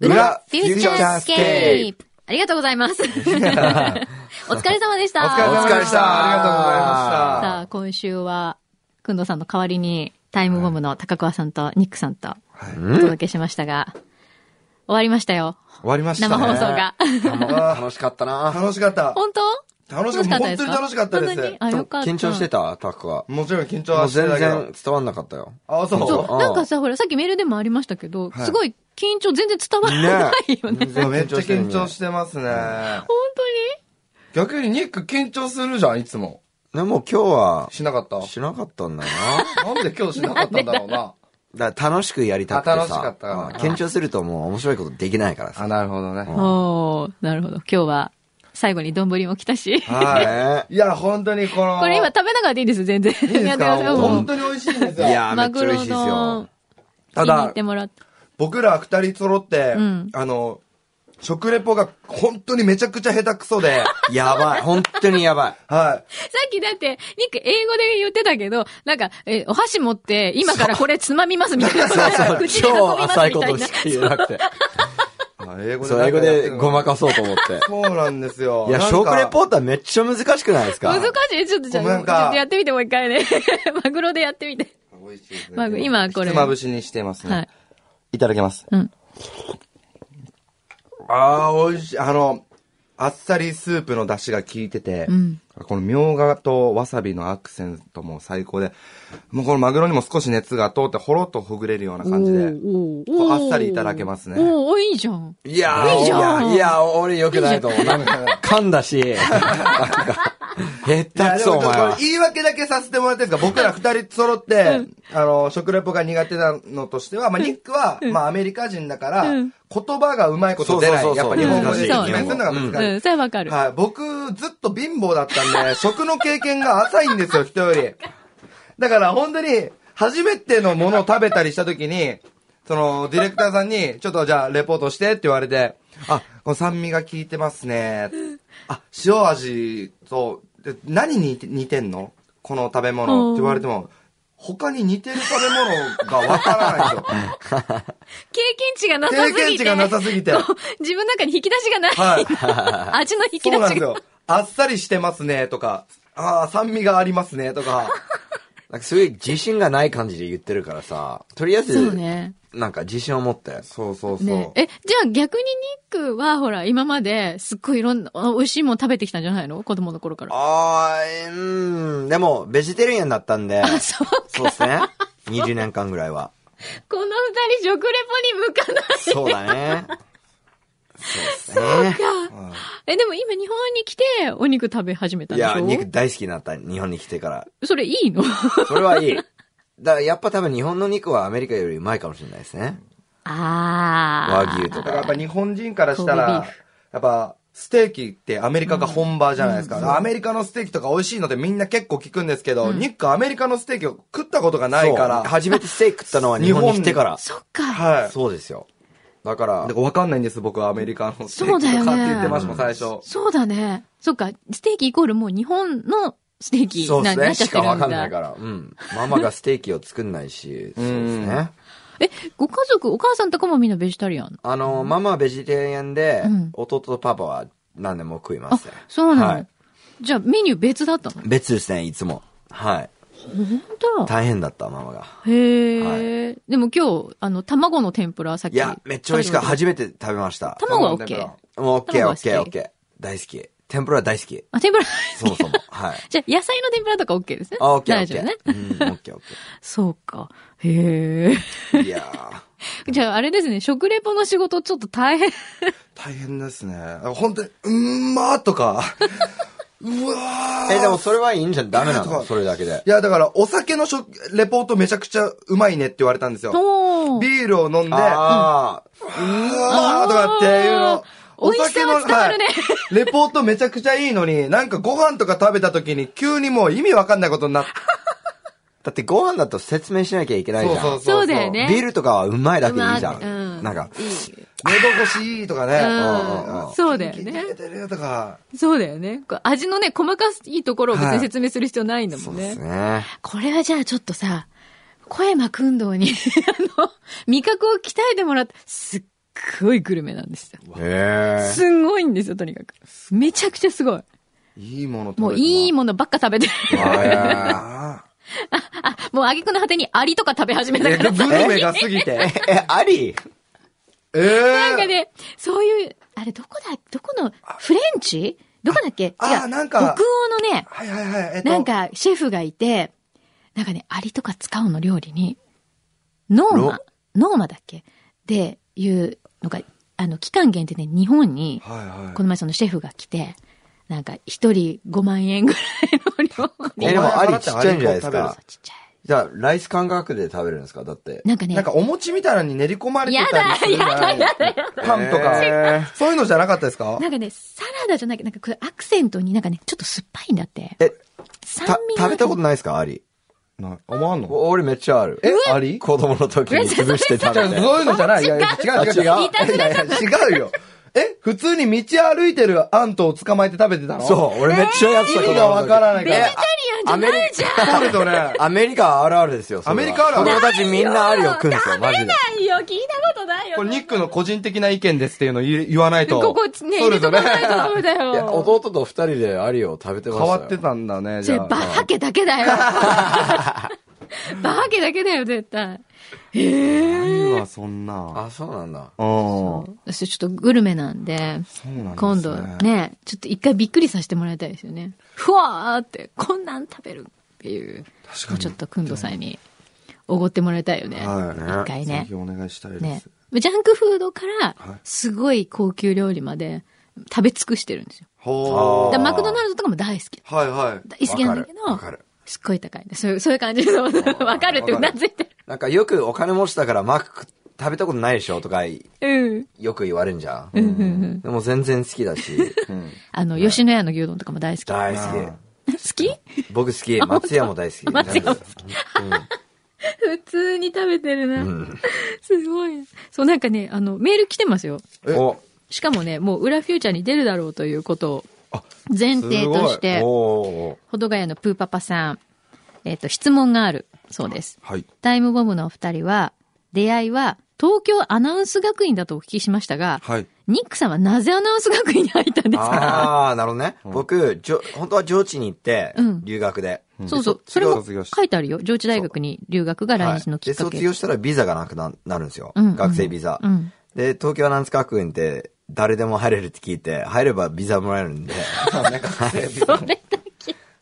裏フューチャースケープ。ありがとうございます。お疲れ様でした。お疲れ様でした。ありがとうございました。さあ、今週は、くんどさんの代わりに、タイムボムの高桑さんとニックさんと、お届けしましたが、終わりましたよ。終わりましたね。生放送が。楽しかったな。楽しかった。本当楽しかったですか本当本当にあ、よかった。緊張してたタクは。もちろん緊張もはうして全たけど。然伝わんなかったよ。あ、そう。そそう、なんかさ、ほら、さっきメールでもありましたけど、はいすごい緊張全然伝わらないよね。ねめっちゃ緊張してますね。 本逆にニック緊張するじゃん、いつも。でも今日は、しなかった。しなかったんだよな。なんで今日しなかったんだろうな。だから楽しくやりたくてさ。あ楽しかったからうん緊張するともう面白いことできないからあ、さ。なるほどね。当におー、なるほど。今日は、最後に丼も来たし。はいや、本当にこの。これ今食べながらでいいです、全然。いいですやっかてくださいもう本当に美味しいんですい。よ。いやー、めマっちグゃ美ロ味しいですよの。、たに行っだて、もらって。僕ら二人揃ってん、あの、食レポが本当にめちゃくちゃ下手くそ で、やばい。本当にやば い。はい。さっきだって、ニック英語で言ってたけど、なんか、え、お箸持って、今からこれつまみますみたい な。 口で運び超ますみ浅いこたいとなし。か言えなくて。あ英語で。そう、英語でごま。かそうと思って。そうなんですよ。いや、なんか食レポーターめっちゃ難しくないですか難しい。ちょっとじゃあ、ごめんちなょっんとかやってみてもう一回 ね。マグロでやってみて。マグ今これ。ひつまぶはしにしてますね。い。いただきます。うんああ、美味しい。あの、あっさりスープの出汁が効いてて、んこのみょうがとわさびのアクセントも最高で、もうこのマグロにも少し熱が通ってほろっとほぐれるような感じで、おーこうあっさりいただけますねおーおーいいじゃん。いやいいじゃんいや、いや俺良くないと思う。なんか噛んだし、なんか、下手いやくでそ、もおちょっと前これは。言い訳だけさせてもらっていいですか僕ら二人揃って、あの、食レポが苦手なのとしては、まあ、ニックは、まあ、アメリカ人だから、言葉がうまいこと出なそうそい。うやっそうそうぱ日本語で説明うんするのが難しい。うん、それはわかる。はい、僕、ずっと貧乏だった んで、食の経験が浅いんですよ、人より。だから、本当に、初めてのものを食べたりしたときに、その、ディレクターさんに、ちょっとじゃあ、レポートしてって言われて、あ、この酸味が効いてますね。あ、塩味と、で何に似て似てんのこの食べ物って言われても、他に似てる食べ物がわからないんですよ。 経験値がなさす経ぎて。験値がなさすぎてこう 自分の中に引き出しがない。は い味の引き出そうなんでしすがよ。あっさりしてますね、とか、ああ、酸味がありますね、とか。なんかすごい自信がない感じで言ってるからさ、とりあえそうず、ね。なんか自信を持って。そうそうそう。ねえ、じゃあ逆にニックは、ほら、今まですっごいいろんな、あ美味しいもん食べてきたんじゃないの子供の頃から。あー、うん、でも、ベジタリアンだったんで、あ、 そう。そうですね。20年間ぐらいは。この二人食レポに向かない。そうだね。そうですね。え、でも今日本に来てお肉食べ始めたんいでしや、ょ肉大好きになった、日本に来てから。それいいのそれはいい。だからやっぱ多分日本の肉はアメリカよりうまいかもしれないですね。和ああ。牛とだからやっか。ぱ日本人からした神戸らビー、やっぱ、ステーキってアメリカが本場じゃないですか。アメリカのステーキとか美味しいのでみんな結構聞くんですけど、ニックアメリカのステーキを食ったことがないかそうら、初めてステーキ食った のは日本に来てから。そっか。はい。そうですよ。だからだから、わかんないんです、僕はアメリカのステそーうだキよとねかって言ってましたもん、最初。そうだね。そっか。ステーキイコールもう日本のステーキそうですななね。っちゃっしてるかんだ。わかんないから。うん。ママがステーキを作んないし、そうですね。え、ご家族、お母さんとかもみんなベジタリアンあの、ママはベジタリアンでうん、弟とパパは何でも食いまあすね。、そうなの、はいじゃあメニュー別だったの別ですね、いつも。はい。本当だ。大変だった、ママが。へえ、でも今日、あの、卵の天ぷらさっき。いや、めっちゃ美味しかった。食べ初めて食べました。た卵は卵の OK。もうオッケー卵がオ好ッきケーオッケー。大好き。天ぷらは大好き。あ、天ぷら。そもそも。はい。 じゃあ野菜の天ぷらとか OK ですね。あ、オッケーオ大ッ丈ケ夫ー。ね。うん、オッケーオッそうか。へえ。ケー。いや ー。じゃああれですね、食レポの仕事ちょっと大変。大変ですね。本当に、うんまーと か、うわー。え、でもそれはいいんじゃん。ダメなそうのそれだけでい。や、だから、お酒の食レポートめちゃくちゃうまいねって言われたんですよ。おー。ビールを飲んで、うわあーとかっていうの。お美味しさは伝わるねい、レポートめちゃくちゃいいのに、なんかご飯とか食べた時に急にもう意味わかんないことになって。ー。だってご飯だと説明しなきゃいけないじゃん。そうだよねビールとかはうまいだけでいいじゃん。うまうんなんか、喉越しいいとかね。うんそうだよね聞いてるよとか。そうだよね。こう味のね、細かいところを別に説明する必要ないんだもそんうね。ですね。これはじゃあちょっと さ、小山くんどうに、あの、味覚を鍛えてもらって、すっごいグルメなんですよ。へすんごいんですよ、とにかく。めちゃくちゃすごい。いいものもういいものばっか食べてる。 え。ああ、もう挙句の果てにアリとか食べ始めたえからグルメが過ぎて。ーえ、ありえなんかー、ね、そういう、あれどこだ、どこの、フレンチどこだっけ違う。ああなんか北欧のね、はいはいはい。えっと、なんかシェフがいて、なんかね、アリとか使うの料理に、ノーマ、ノーマだっけで、いうのが、あの、期間限定で日本に、はいはい。この前そのシェフが来て、なんか一人5万円ぐらいの料理。え、でもありちっちゃいんじゃないですか。ちっちゃい。じゃあ、ライス感覚で食べるんですかだって。なんかね、なんかお餅みたいなのに練り込まれてたりするんじゃないパンとへか。そういうのじゃなかったですかなんかね、サラダじゃなくて、なんかこれアクセントになんかね、ちょっと酸っぱいんだって。え、酸た、味が食べたことないですかあり。な思わんのお俺めっちゃある。え、あり子供の時に潰して食じゃあべそうて。いうのじゃない。いやいや、違う違う違う。い違うやいや、違うよ。え、普通に道歩いてるアントを捕まえて食べてたのそう、俺めっちゃやって意た味がわからないかベジタらリ。アンじゃないじゃんそうですよね。アメリカあるあるですよ。それはアメリカあるある子供たちみんなありを食うんですよ、マジで。ないよ、聞いたことないよ。これニックの個人的な意見ですっていうの言言わないと。ここね、そう入れですとよねか。ないとダメだいや、よ。弟と二人でアリを食べてまし変たよ。わってたんだね、そじれ、ゃバあ。ハケだけだ よ。バハケだけだよ、絶対。ないわ、そんな。あ、そうなんだ。うん。私ちょっとグルメなんで、うなんですね今度ね、ちょっと一回びっくりさせてもらいたいですよね。ふわーって、こんなん食べるっていう。確もうちょっとくんどさんにおごってもらいたいよね。はいね一回ねぜひ。お願いしたいでねす。。ジャンクフードからはい、すごい高級料理まで食べ尽くしてるんですよ。ほあだかーらマクドナルドとかも大好き。う。はいはい。大好きなんだけどわかる。すっごい高いね。そういう、そういう感じで、そうわかるってうなずいてなんかよくお金持ちだからマック食べたことないでしょとかる。うん。よく言われんじゃん。うんうんうん。でも全然好き だし、あの、吉野家の牛丼とかも大好き。好大好きき。僕好き。松屋も大好き。松屋も好普通に食べてるな。すごい。そう、なんかね、あの、メール来てますよ。うんお、しかもね、もう裏フューチャーに出るだろうということを前提として、おーほどがやのプーパパさん、えっ、と、質問があるそうです。はい。タイムボムのお二人は、出会いは東京アナウンス学院だとお聞きしましたが、はい。ニックさんはなぜアナウンス学院に入ったんですかああ、なるほどね。僕、じょ本当は上智に行ってうん、留学で。そうそう。そそれれもも書いてあるよ。上智大学に留学が来日のきっかで、け。卒業したらビザがなくななるんですよ。うん学生ビザ、うんで、東京アナウンス学院って、誰でも入れるって聞いて、入ればビザもらえるんで、それだけ。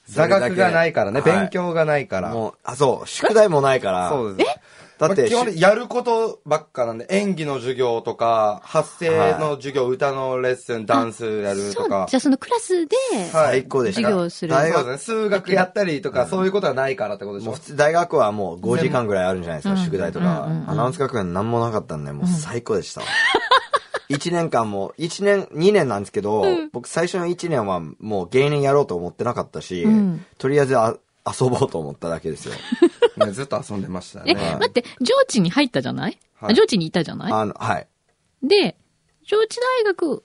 座学がないからね、はい勉強がないから。もう、あ、そう、宿題もないから。そうです。だってまあ基本的にやることばっかなんで、演技の授業とか、発声の授業、歌のレッスン、ダンスやるそとう。かじゃ。あそのクラスで、最高でした。授業をする大そうです学、ね。数学やったりとか、そういうことはないからってことでしもうょ普。通大学はもう5時間ぐらいあるんじゃないですか、宿題とか。アナウンス学園なんもなかったんで、もう最高でした。一1年間もう、1年、2年なんですけど、僕最初の1年はもう芸人やろうと思ってなかったし、んとりあえずあ遊ぼうと思っただけですよ。ねずっと遊んでましたえ、ね。待って、上智に入ったじゃない、はいあ上智にいたじゃないあの、はい。で、上智大学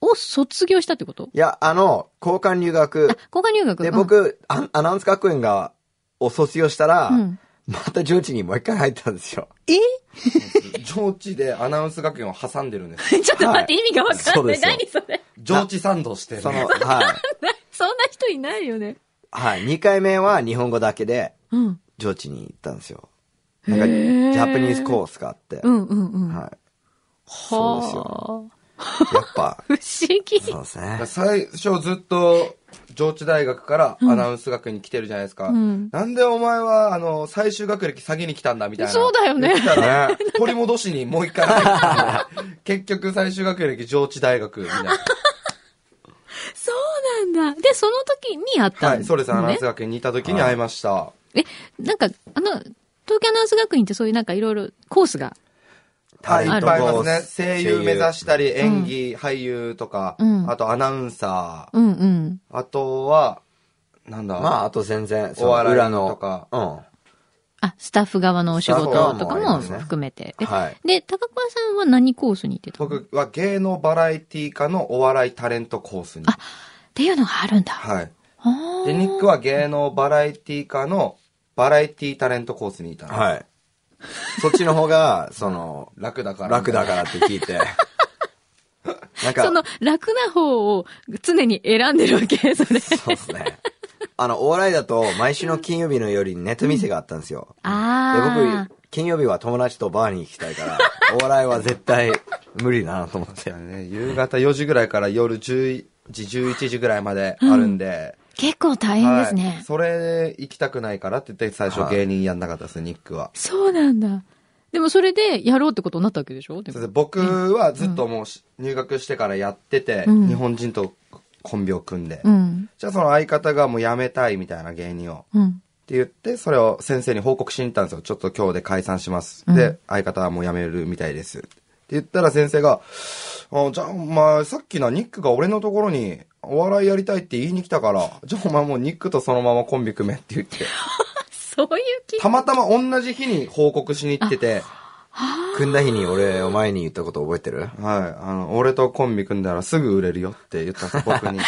を卒業したってこといや、あの、交換留学あ、交換留学で、うん僕、アアナウンス学園が、を卒業したら、うんまた上智にもう一回入ったんですよ。上智でアナウンス学園を挟んでる んで す。ちょっと待って、意味がわかそんなうでい。すよ何それ。 上智サンドしてる。その、はい。そんな人いないよね。はい。2回目は日本語だけで、うん。上智に行ったんですよ。なんか、ジャパニーズコースがあって、うんうんうん。ははい。そうですあ。やっ ぱ、不思議。そうですね。最初ずっと上智大学からアナウンス学院に来てるじゃないですか。んなんでお前は、あの、最終学歴下げに来たんだみたいな。そうだよね言ってたら取り戻しにもう一回入ってきて。結局最終学歴上智大学みたいな。そうなんだ。で、その時に会ったはんい。それさんアナウンねス。学院にいた時に会いました。え、なんか、あの、東京アナウンス学院ってそういうなんかいろいろコースが。はい。いっあぱるいありますね。声優目指したり、演技、俳優とかうん、あとアナウンサうんうん。ー、あとは、なんだ。まあ、あと全然、そおの笑い裏の、とかうん。あ、スタッフ側のお仕スタッフ側事もとかありもますね含めて。えはい。で、高桑さんは何コースに行ってたのっ僕は芸能バラエティ科のお笑いタレントコースに。ていうのがあるんだ。はい。あで、ニックは芸能バラエティ科のバラエティタレントコースにいたの。はい。そっちの方が、その、楽だから。楽だからって聞いて。なんか、その楽な方を常に選んでるわけそれ。 そうですね。あの、お笑いだと、毎週の金曜日の夜にネット店があったんですよ。でああ。僕、金曜日は友達とバーに行きたいから、お笑いは絶対無理だなと思って。ね、夕方4時ぐらいから夜10時、11時ぐらいまであるんで。結構大変ですはいね。それ、行きたくないからって言って最初芸人やんなかったです、ニックは。そうなんだ。でもそれでやろうってことになったわけでしょでそもれで僕はずっともうし入学してからやってて、うん日本人とコンビを組んで。うん。じゃあその相方がもう辞めたいみたいな芸人を。うん。って言って、それを先生に報告しに行ったんですよ。ちょっと今日で解散します。うんで、相方はもう辞めるみたいです。って言ったら先生が、あじゃあお前、さっきな、ニックが俺のところに、お笑いやりたいって言いに来たから、 じゃあお前もうニックとそのままコンビ組めって 言って、そういう気たまたま同じ日に報告しに行ってて、組んだ日に俺、お前に言ったこと覚えてるはい、あの、俺とコンビ組んだらすぐ売れるよって言ったんです、僕に。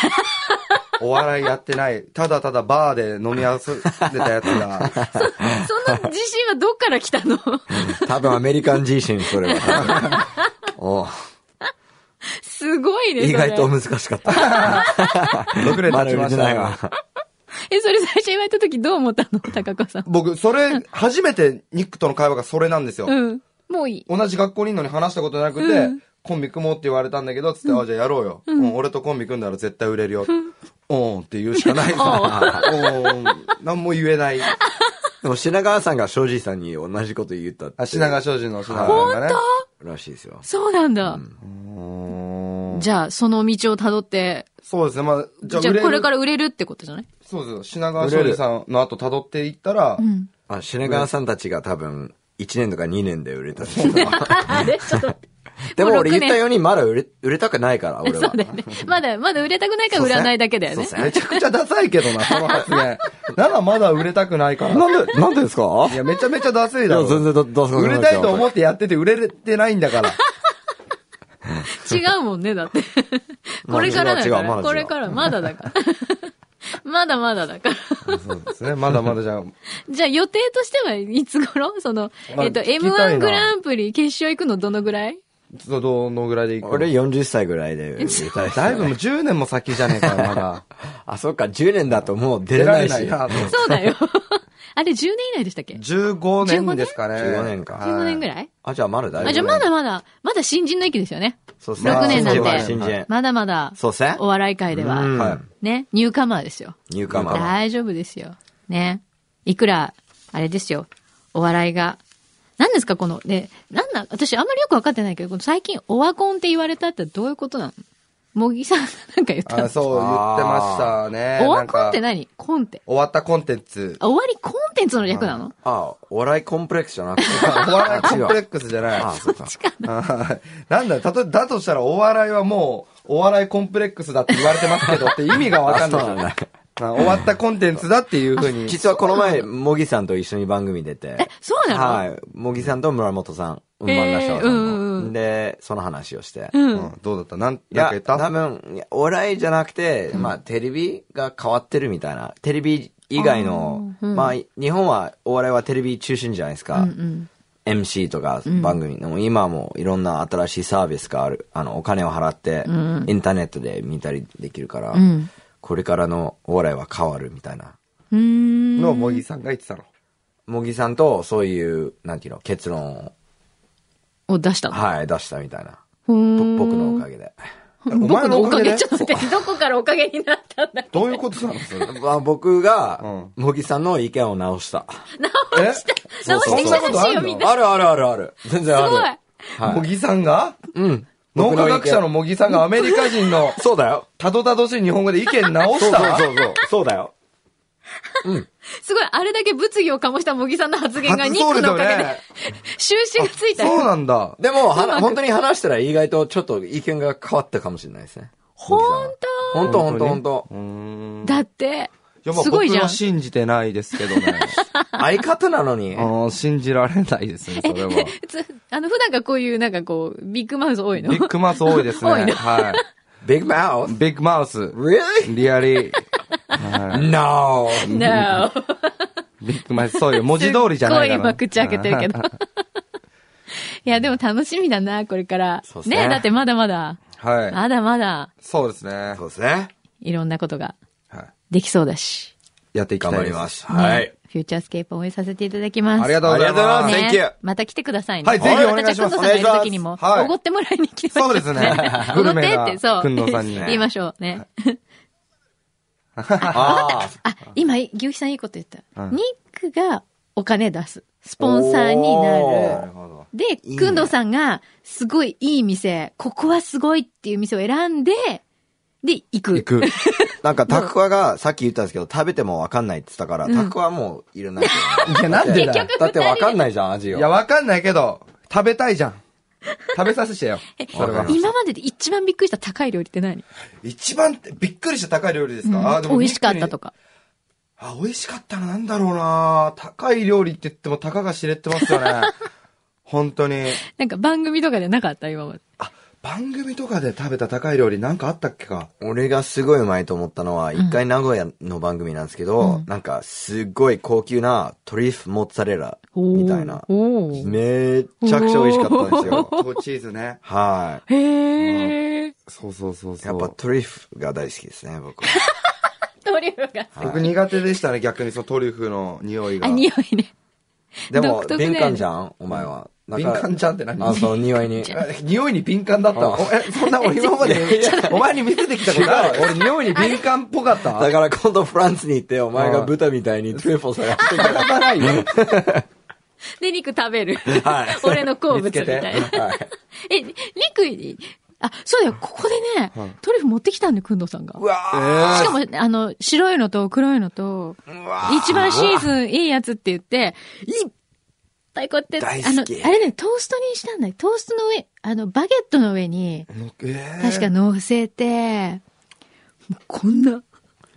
お笑いやってない、ただただバーで飲み遊んでたやつが、 その自信はどっから来たの多分アメリカン自身、それ は多分。おうすごいね。それ意外と難しかった。 6年ま経だち売まれしてたないねわ。え、それ最初言われた時どう思ったの高子さん。僕、それ、初めてニックとの会話がそれなんですよ。うん。もういい。同じ学校にいるのに話したことなくて、うんコンビ組もうって言われたんだけど、つって、あ、じゃあやろうよ。うん、俺とコンビ組んだら絶対売れるよ。おーんって言うしかないな。 おーん。何も言えない。でも品川さんが庄司さんに同じこと言ったって。あ、品川さ庄司の品川がね。ん。らしいですよ。そうなんだ。うーんじゃあ、その道をたどって、そうですね。まあ、じじゃあゃあ売れる、これから売れるってことじゃないそうですよ。品川庄司さんの後辿っていったら、うん。あ、品川さんたちが多分、1年とか2年で売れたんですけど。あ れちょっと待って。でもう俺言ったよううに、まだ売れ、売れたくないから、俺に。そはう。だよね。まだ、まだ売れたくないから売らないだけだよね。そうっすめちゃくちゃダサいけどな、その発 言。ならまだ売れたくないから。なんで、なんでですかいや、めちゃめちゃダサいいだろ。や、全然だ、だ売れたいと思ってやってて売れてないんだから。違うもんね、だって。これからだかまだ違うまだ違ら。うこれから、まだだから。 まだまだだから。そうですね。まだまだじゃあ、じゃあ予定としてはいつ頃 その、まあえっと、聞きた M1 いなグランプリ決勝行くのどのぐらいどどのぐらいでいく俺40歳ぐらいで売れたいっすねだいぶもう10年も先じゃねえかよ、まだ。あ、そっか、10年だともう出れないし。なと思って。そう だよ。あれ10年以内でしたっけ15年ですかね。 15年か ?15 年ぐらいあ、じゃあまだ大丈夫。あ、じゃあまだまだ、まだ新人の域ですよね。そうっすね。 6年まあなん新人ては。まだまだ、そうっすねお笑い界でうんは、はいね、ニューカマーですよ。新人。ニューカマーは。大丈夫ですよ。ね。いくら、あれですよ。お笑いが。何ですかこの、ね、なんだ、私あんまりよくわかってないけど、この最近、オワコンって言われたってどういうことなの茂木さんがなんか言ったあの。そう言ってましたね。オワコンってなんか何コンテ。終わったコンテンツ。あ終わりコンテンツの略なのあ、お笑いコンプレックスじゃ なくて。お笑いコンプレックスじゃない。あ、そっか。はいなんだ、たと、だとしたらお笑いはもう、お笑いコンプレックスだって言われてますけどって意味がわかんあそうなんなだい。あ終わったコンテンツだっていうふうに。実はこの前、もぎさんと一緒に番組出て。えそうなのはい。もぎさんと村本さん、うんへーまんなしょうさうんうんんうも。で、その話をして。う。うんん、どうだったなん、いなんかや言、った多分、いやお笑いじゃなくて、まあ、テレビが変わってるみたいな。テレビ以外の、あーうんまあ、日本はお笑いはテレビ中心じゃないですうんか。うん。 MC とか番組、でも今はもういろんな新しいサービスがある、あの、お金を払って、インターネットで見たりできるから、んこれからのお笑いは変わるみたいな。うーん。の、茂木さんが言ってたの。茂木さんとそういう、なんていうの、結論を、を出したの。はい、出したみたいな。うぼーん僕のおかげで。僕のおかげ、ちょっとそう待って、どこからおかげになったんだどういうことなのそれ。まあ、僕が、う茂木さんの意見を直した。え直してきたらそんなことあしいるよ、のみんな。あるあるあるある。全然ある。すごい。茂木さんがうん。脳科学者の僕意茂木さんがアメリカ人の見。そうだよ。たどたどしい日本語で意見直そしうそうたそうそう。そうだよ。すごい、あれだけ物議を醸した茂木さんの発言がニックのおかげで、収拾がついたよ。そうな んだ。でも、はな本当に話したら意外とちょっと意見が変わったかもしれないですね。ほんと本当本当本当うーん。だってや、まあすごいじ僕ゃはん。信じてないですけどね。 相方なの にあ。ー信じられないですね、それは。つあの、普段がこういう、なんかこう、ビッグマウス多いのビッグマウス多いですね。多いのはビッグマウい。スビッグマウス。 ?Really?No! リアリー。はい No. ビッグマイス、そうよ。文字通りじゃないすっごいから。今口開けてるけ ど。いや、でも楽しみだな、これから。そうっすねねだってまだまだ、はい。まだまだ、そうですねそ。うですね。いろんなことがはできそうだし。い。やっていきたい頑で張ります。ねはい。フューチャースケープ応援させていただきます。ありがとうございあります。がとうございますね Thank you また来てくださいね。はいぜひお願いしま私すはくんどさんがいる時にも、お願いしますはいおごってもらいに来て。そうですね グおごルっメてっなて、そう。くんどうさんにね言いましょうね。ああ、あ、今、牛肥さんいいこと言った。うんニックがお金出す。スポンサーになおるー。なるほど。で、いねくんどうさんが、すごいいい店、ここはすごいっていう店を選んで、で、行く。行く。なんか、タクワが、さっき言ったんですけど、食べてもわかんないって言ったから、タクワもういらないけど。いや、 なんでだよ。だってわかんないじゃん、味いを。や、わかんないけど、食べたいじゃん。食べさせて よ。それわはか。り今までで一番びっくりした高い料理って何一番びっくりした高い料理ですか、あーで美も味しかったとか。か。あ、美味しかったのなんだろうな高い料理って言っても、たかが知れてますよね。 本当に。なんか番組とかでなかった今まで。あ、番組とかで食べた高い料理なんかあったっけ か俺がすごいうまいと思ったのは、一回名古屋の番組なんですけど、なんか、すっごい高級なトリュフモッツァレラみたいな。おーめちゃくちゃ美味しかったんですよ。とチーズね。はへー。そうそうそうい。そやっう。ぱトリュフが大好きですね、僕は。トリュフが。僕苦手でしたね、逆にそのトリュフの匂いが。あ、匂いね。でも独、特だよね敏感じゃん、お前は。なん敏か感じゃんって何あ、そう、匂いに。あ匂いに敏感だったのあおえ、そんな俺今まで、お前に見せてきたことある俺匂いに敏感っぽかっただから今度フランスに行って、お前が豚みたいにトリュフを探してくれらない よ。で、肉食べる。 はい俺の好物みたいな。見つけてはいえ、肉、あ、そうだよ、ここでね、トリュフ持ってきたんだよ、くんどうさんが。うわしかも、あの、白いのと黒いのと、一番シーズンいいやつって言って、いっぱいこうやって、大あの、好あきれね、トーストにしたんだよ。トーストの上、あの、バゲットの上に、確か乗せて、もうこんな、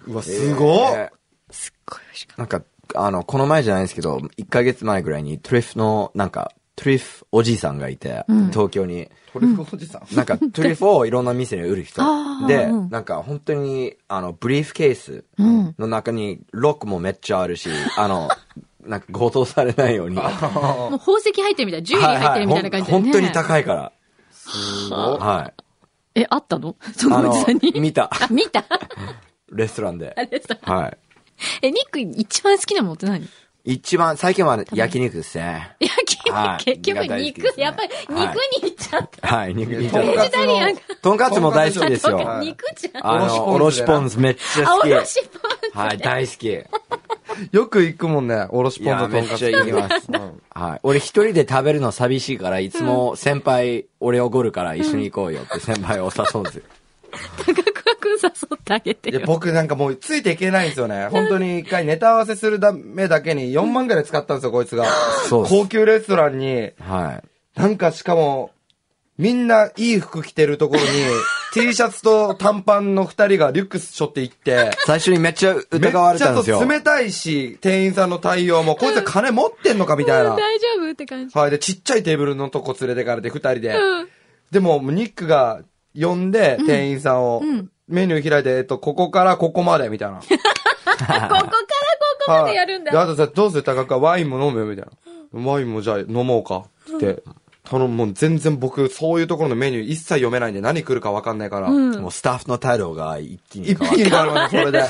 うわ、すごっえーすっごい美味しかっなんか、あの、この前じゃないですけど、1ヶ月前ぐらいにトリュフの、なんか、トリュフおじいさんがいて、東京に。トリュフおじさん。な んか、トリュフをいろんな店に売る人あ。ーで、うんなんか本当に、あの、ブリーフケースの中にロックもめっちゃあるし、あ の、なんか強盗されないように。はた。もう宝石入ってるみたいな、ジュエリー入ってるみたいな感じで、ね本当に高いから。ごはい。え、あったのそあのおじのさん、に。見た。 あ、見た。レストラン であ。れさ。はい。え、ニック一番好きなものって何一番、最近は焼肉ですね。焼き肉、はい結局肉が大好き肉、ですねやっぱり肉はいにいっちゃった。はい、肉肉とんかつベのジタリアンがとんかつも大好きですよはあい肉じゃん。あの、おおろろししポポンン酢めっちゃあ、好おき。ろしパン。はい、大好き。よく行くもんね、おろしポン酢とんかつ。いやめっちゃ行きますうんはい。俺一人で食べるの寂しいから、いつも先輩、俺おごるから一緒に行こうよって先輩を誘うんですよ。高桑くん誘ってあげていやよ。僕なんかもうついていけないんですよ ね。本当に一回ネタ合わせするためだけに4万ぐらい使ったんですよ、こいつが。そうっす高級レストランに、はい。なんかしかも、みんないい服着てるとこ ろに、T シャツと短パンの二人がリュックス背負って行って、最初にめっちゃ疑われたんですよ。めっちゃ冷たいし、店員さんの対応も、こいつは金持ってんのかみたいな。大丈夫って感じ。はい。で、ちっちゃいテーブルのとこ連れてかれて、二人で。うん。でも、ニックが呼んで、店員さんを、メニュー開いて、えっと、ここからここまで、みたいな。ここからここまでやるんだ。はいであとさ、どうする高くはワインも飲むよ、みたいな。ワインもじゃあ飲もうか、つって。頼む、もう全然僕、そういうところのメニュー一切読めないんで、何来るかわかんないから。もうスタッフの態度が一気に一変わ気る。に変わるわね、それ で。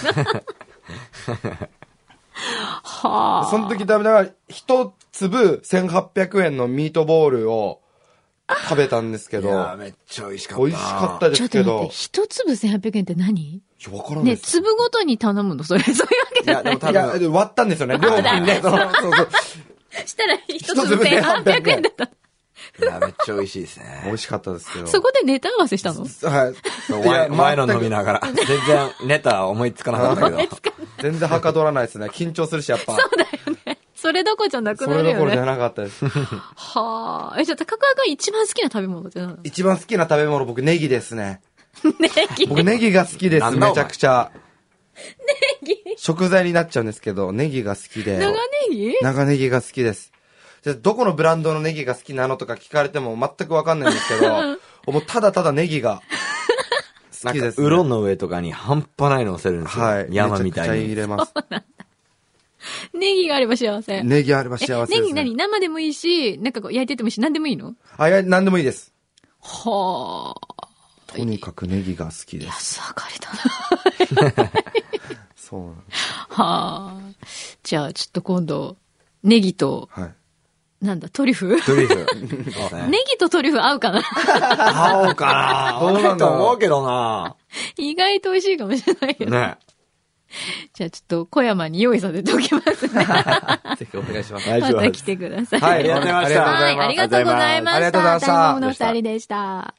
はその時食べながら、一粒1800円のミートボールを食べたんですけいやーど、めっちゃ美味しかった。美味しかったでちょっすとけ待って、ど、一粒1800円って何いやわからないね、です。粒ごとに頼むのそれ、そういうわけじゃいや、でないも。多いや、分、で割ったんですよね、料金で。そうそうそうしたら一粒1800円だった。いや、めっちゃ美味しいですね美。味しかったですけど。そこでネタ合わせしたのはい。いワインワインの飲み全くながら。全然、ネタ思いつかなかった けど。全然はかどらないですね。緊張するし、やっぱ。それどころじゃなくそなれるどこよろじゃね。なかったです。はあ。え、じゃあ高桑が一番好きな食べ物って何なの 一番好きな食べ物、僕、ネギですね。ネギ。僕、ネギが好きでなす、んだお前めちゃくちゃ。ネギ食材になっちゃうんですけど、ネギが好きで。長ネギ長ネギが好きです。じゃあどこのブランドのネギが好きなのとか聞かれても全くわかんないんです けど、もうただただネギが好なんきです、か、うろんの上とかに半端ないのをせるんですよ。はい。山みたいめちゃくちゃ入に。れます。ネギがあれば幸せ。ネギあれば幸せです、えね。ネギ何生でもいいし、なんかこう焼いててもいいし、何でもいいのあ、いや、なんでもいいです。はあ。とにかくネギが好きです。安上がりだな。そうなんです。はあ。じゃあ、ちょっと今度、ネギと、はい。なんだ、トリュフトリュフ。そうですネ ね。ギとトリュフ合うか な合おう かな。どうなんだろう合と思うけどな。意外と美味しいかもしれないけど。 ね。じゃあちょっと小山に用意させておきますね。ぜひお願い します。大ま丈た夫で来す。てください。はい、ありがとうございました。はい、ありがとうございまありしがとうござた。いますタイムボムのお二人でした。